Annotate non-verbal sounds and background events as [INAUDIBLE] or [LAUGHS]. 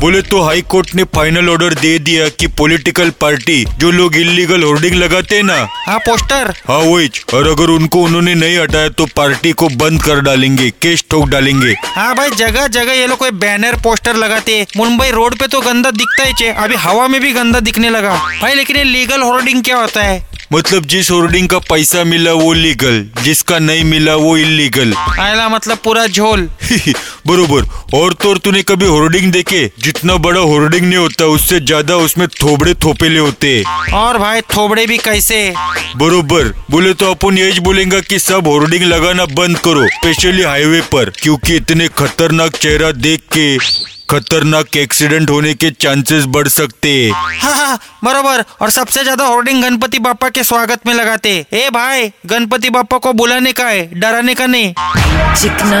बोले तो high court ने फाइनल ऑर्डर दे दिया कि पॉलिटिकल पार्टी जो लोग इलीगल तो होर्डिंग लगाते हैं ना हाँ पोस्टर हाँ वही और अगर उनको उन्होंने नहीं हटाया तो पार्टी को बंद कर डालेंगे केस ठोक डालेंगे हाँ भाई जगह जगह ये लोग कोई बैनर पोस्टर लगाते हैं मुंबई रोड पे तो गंदा दिखता ही चे अभी हवा में भी गंदा दिखने लगा भाई लेकिन ये लीगल होर्डिंग क्या होता है मतलब जिस होर्डिंग का पैसा मिला वो लीगल जिसका नहीं मिला वो इलीगल आयला मतलब पूरा झोल [LAUGHS] बरोबर और तो और तूने कभी होर्डिंग देखे जितना बड़ा होर्डिंग नहीं होता उससे ज्यादा उसमें थोबड़े थोपेले होते हैं और भाई थोबड़े भी कैसे बरोबर बोले तो अपन यही बोलेंगे कि सब होर्डिंग लगाना बंद करो स्पेशली हाईवे पर क्योंकि इतने खतरनाक चेहरा देख के खतरनाक एक्सीडेंट होने के चांसेस बढ़ सकते हैं। हाँ हाँ बरोबर और सबसे ज्यादा होर्डिंग गणपति बापा के स्वागत में लगाते हैं। ए भाई गणपति बापा को बुलाने का है डराने का नहीं चिकना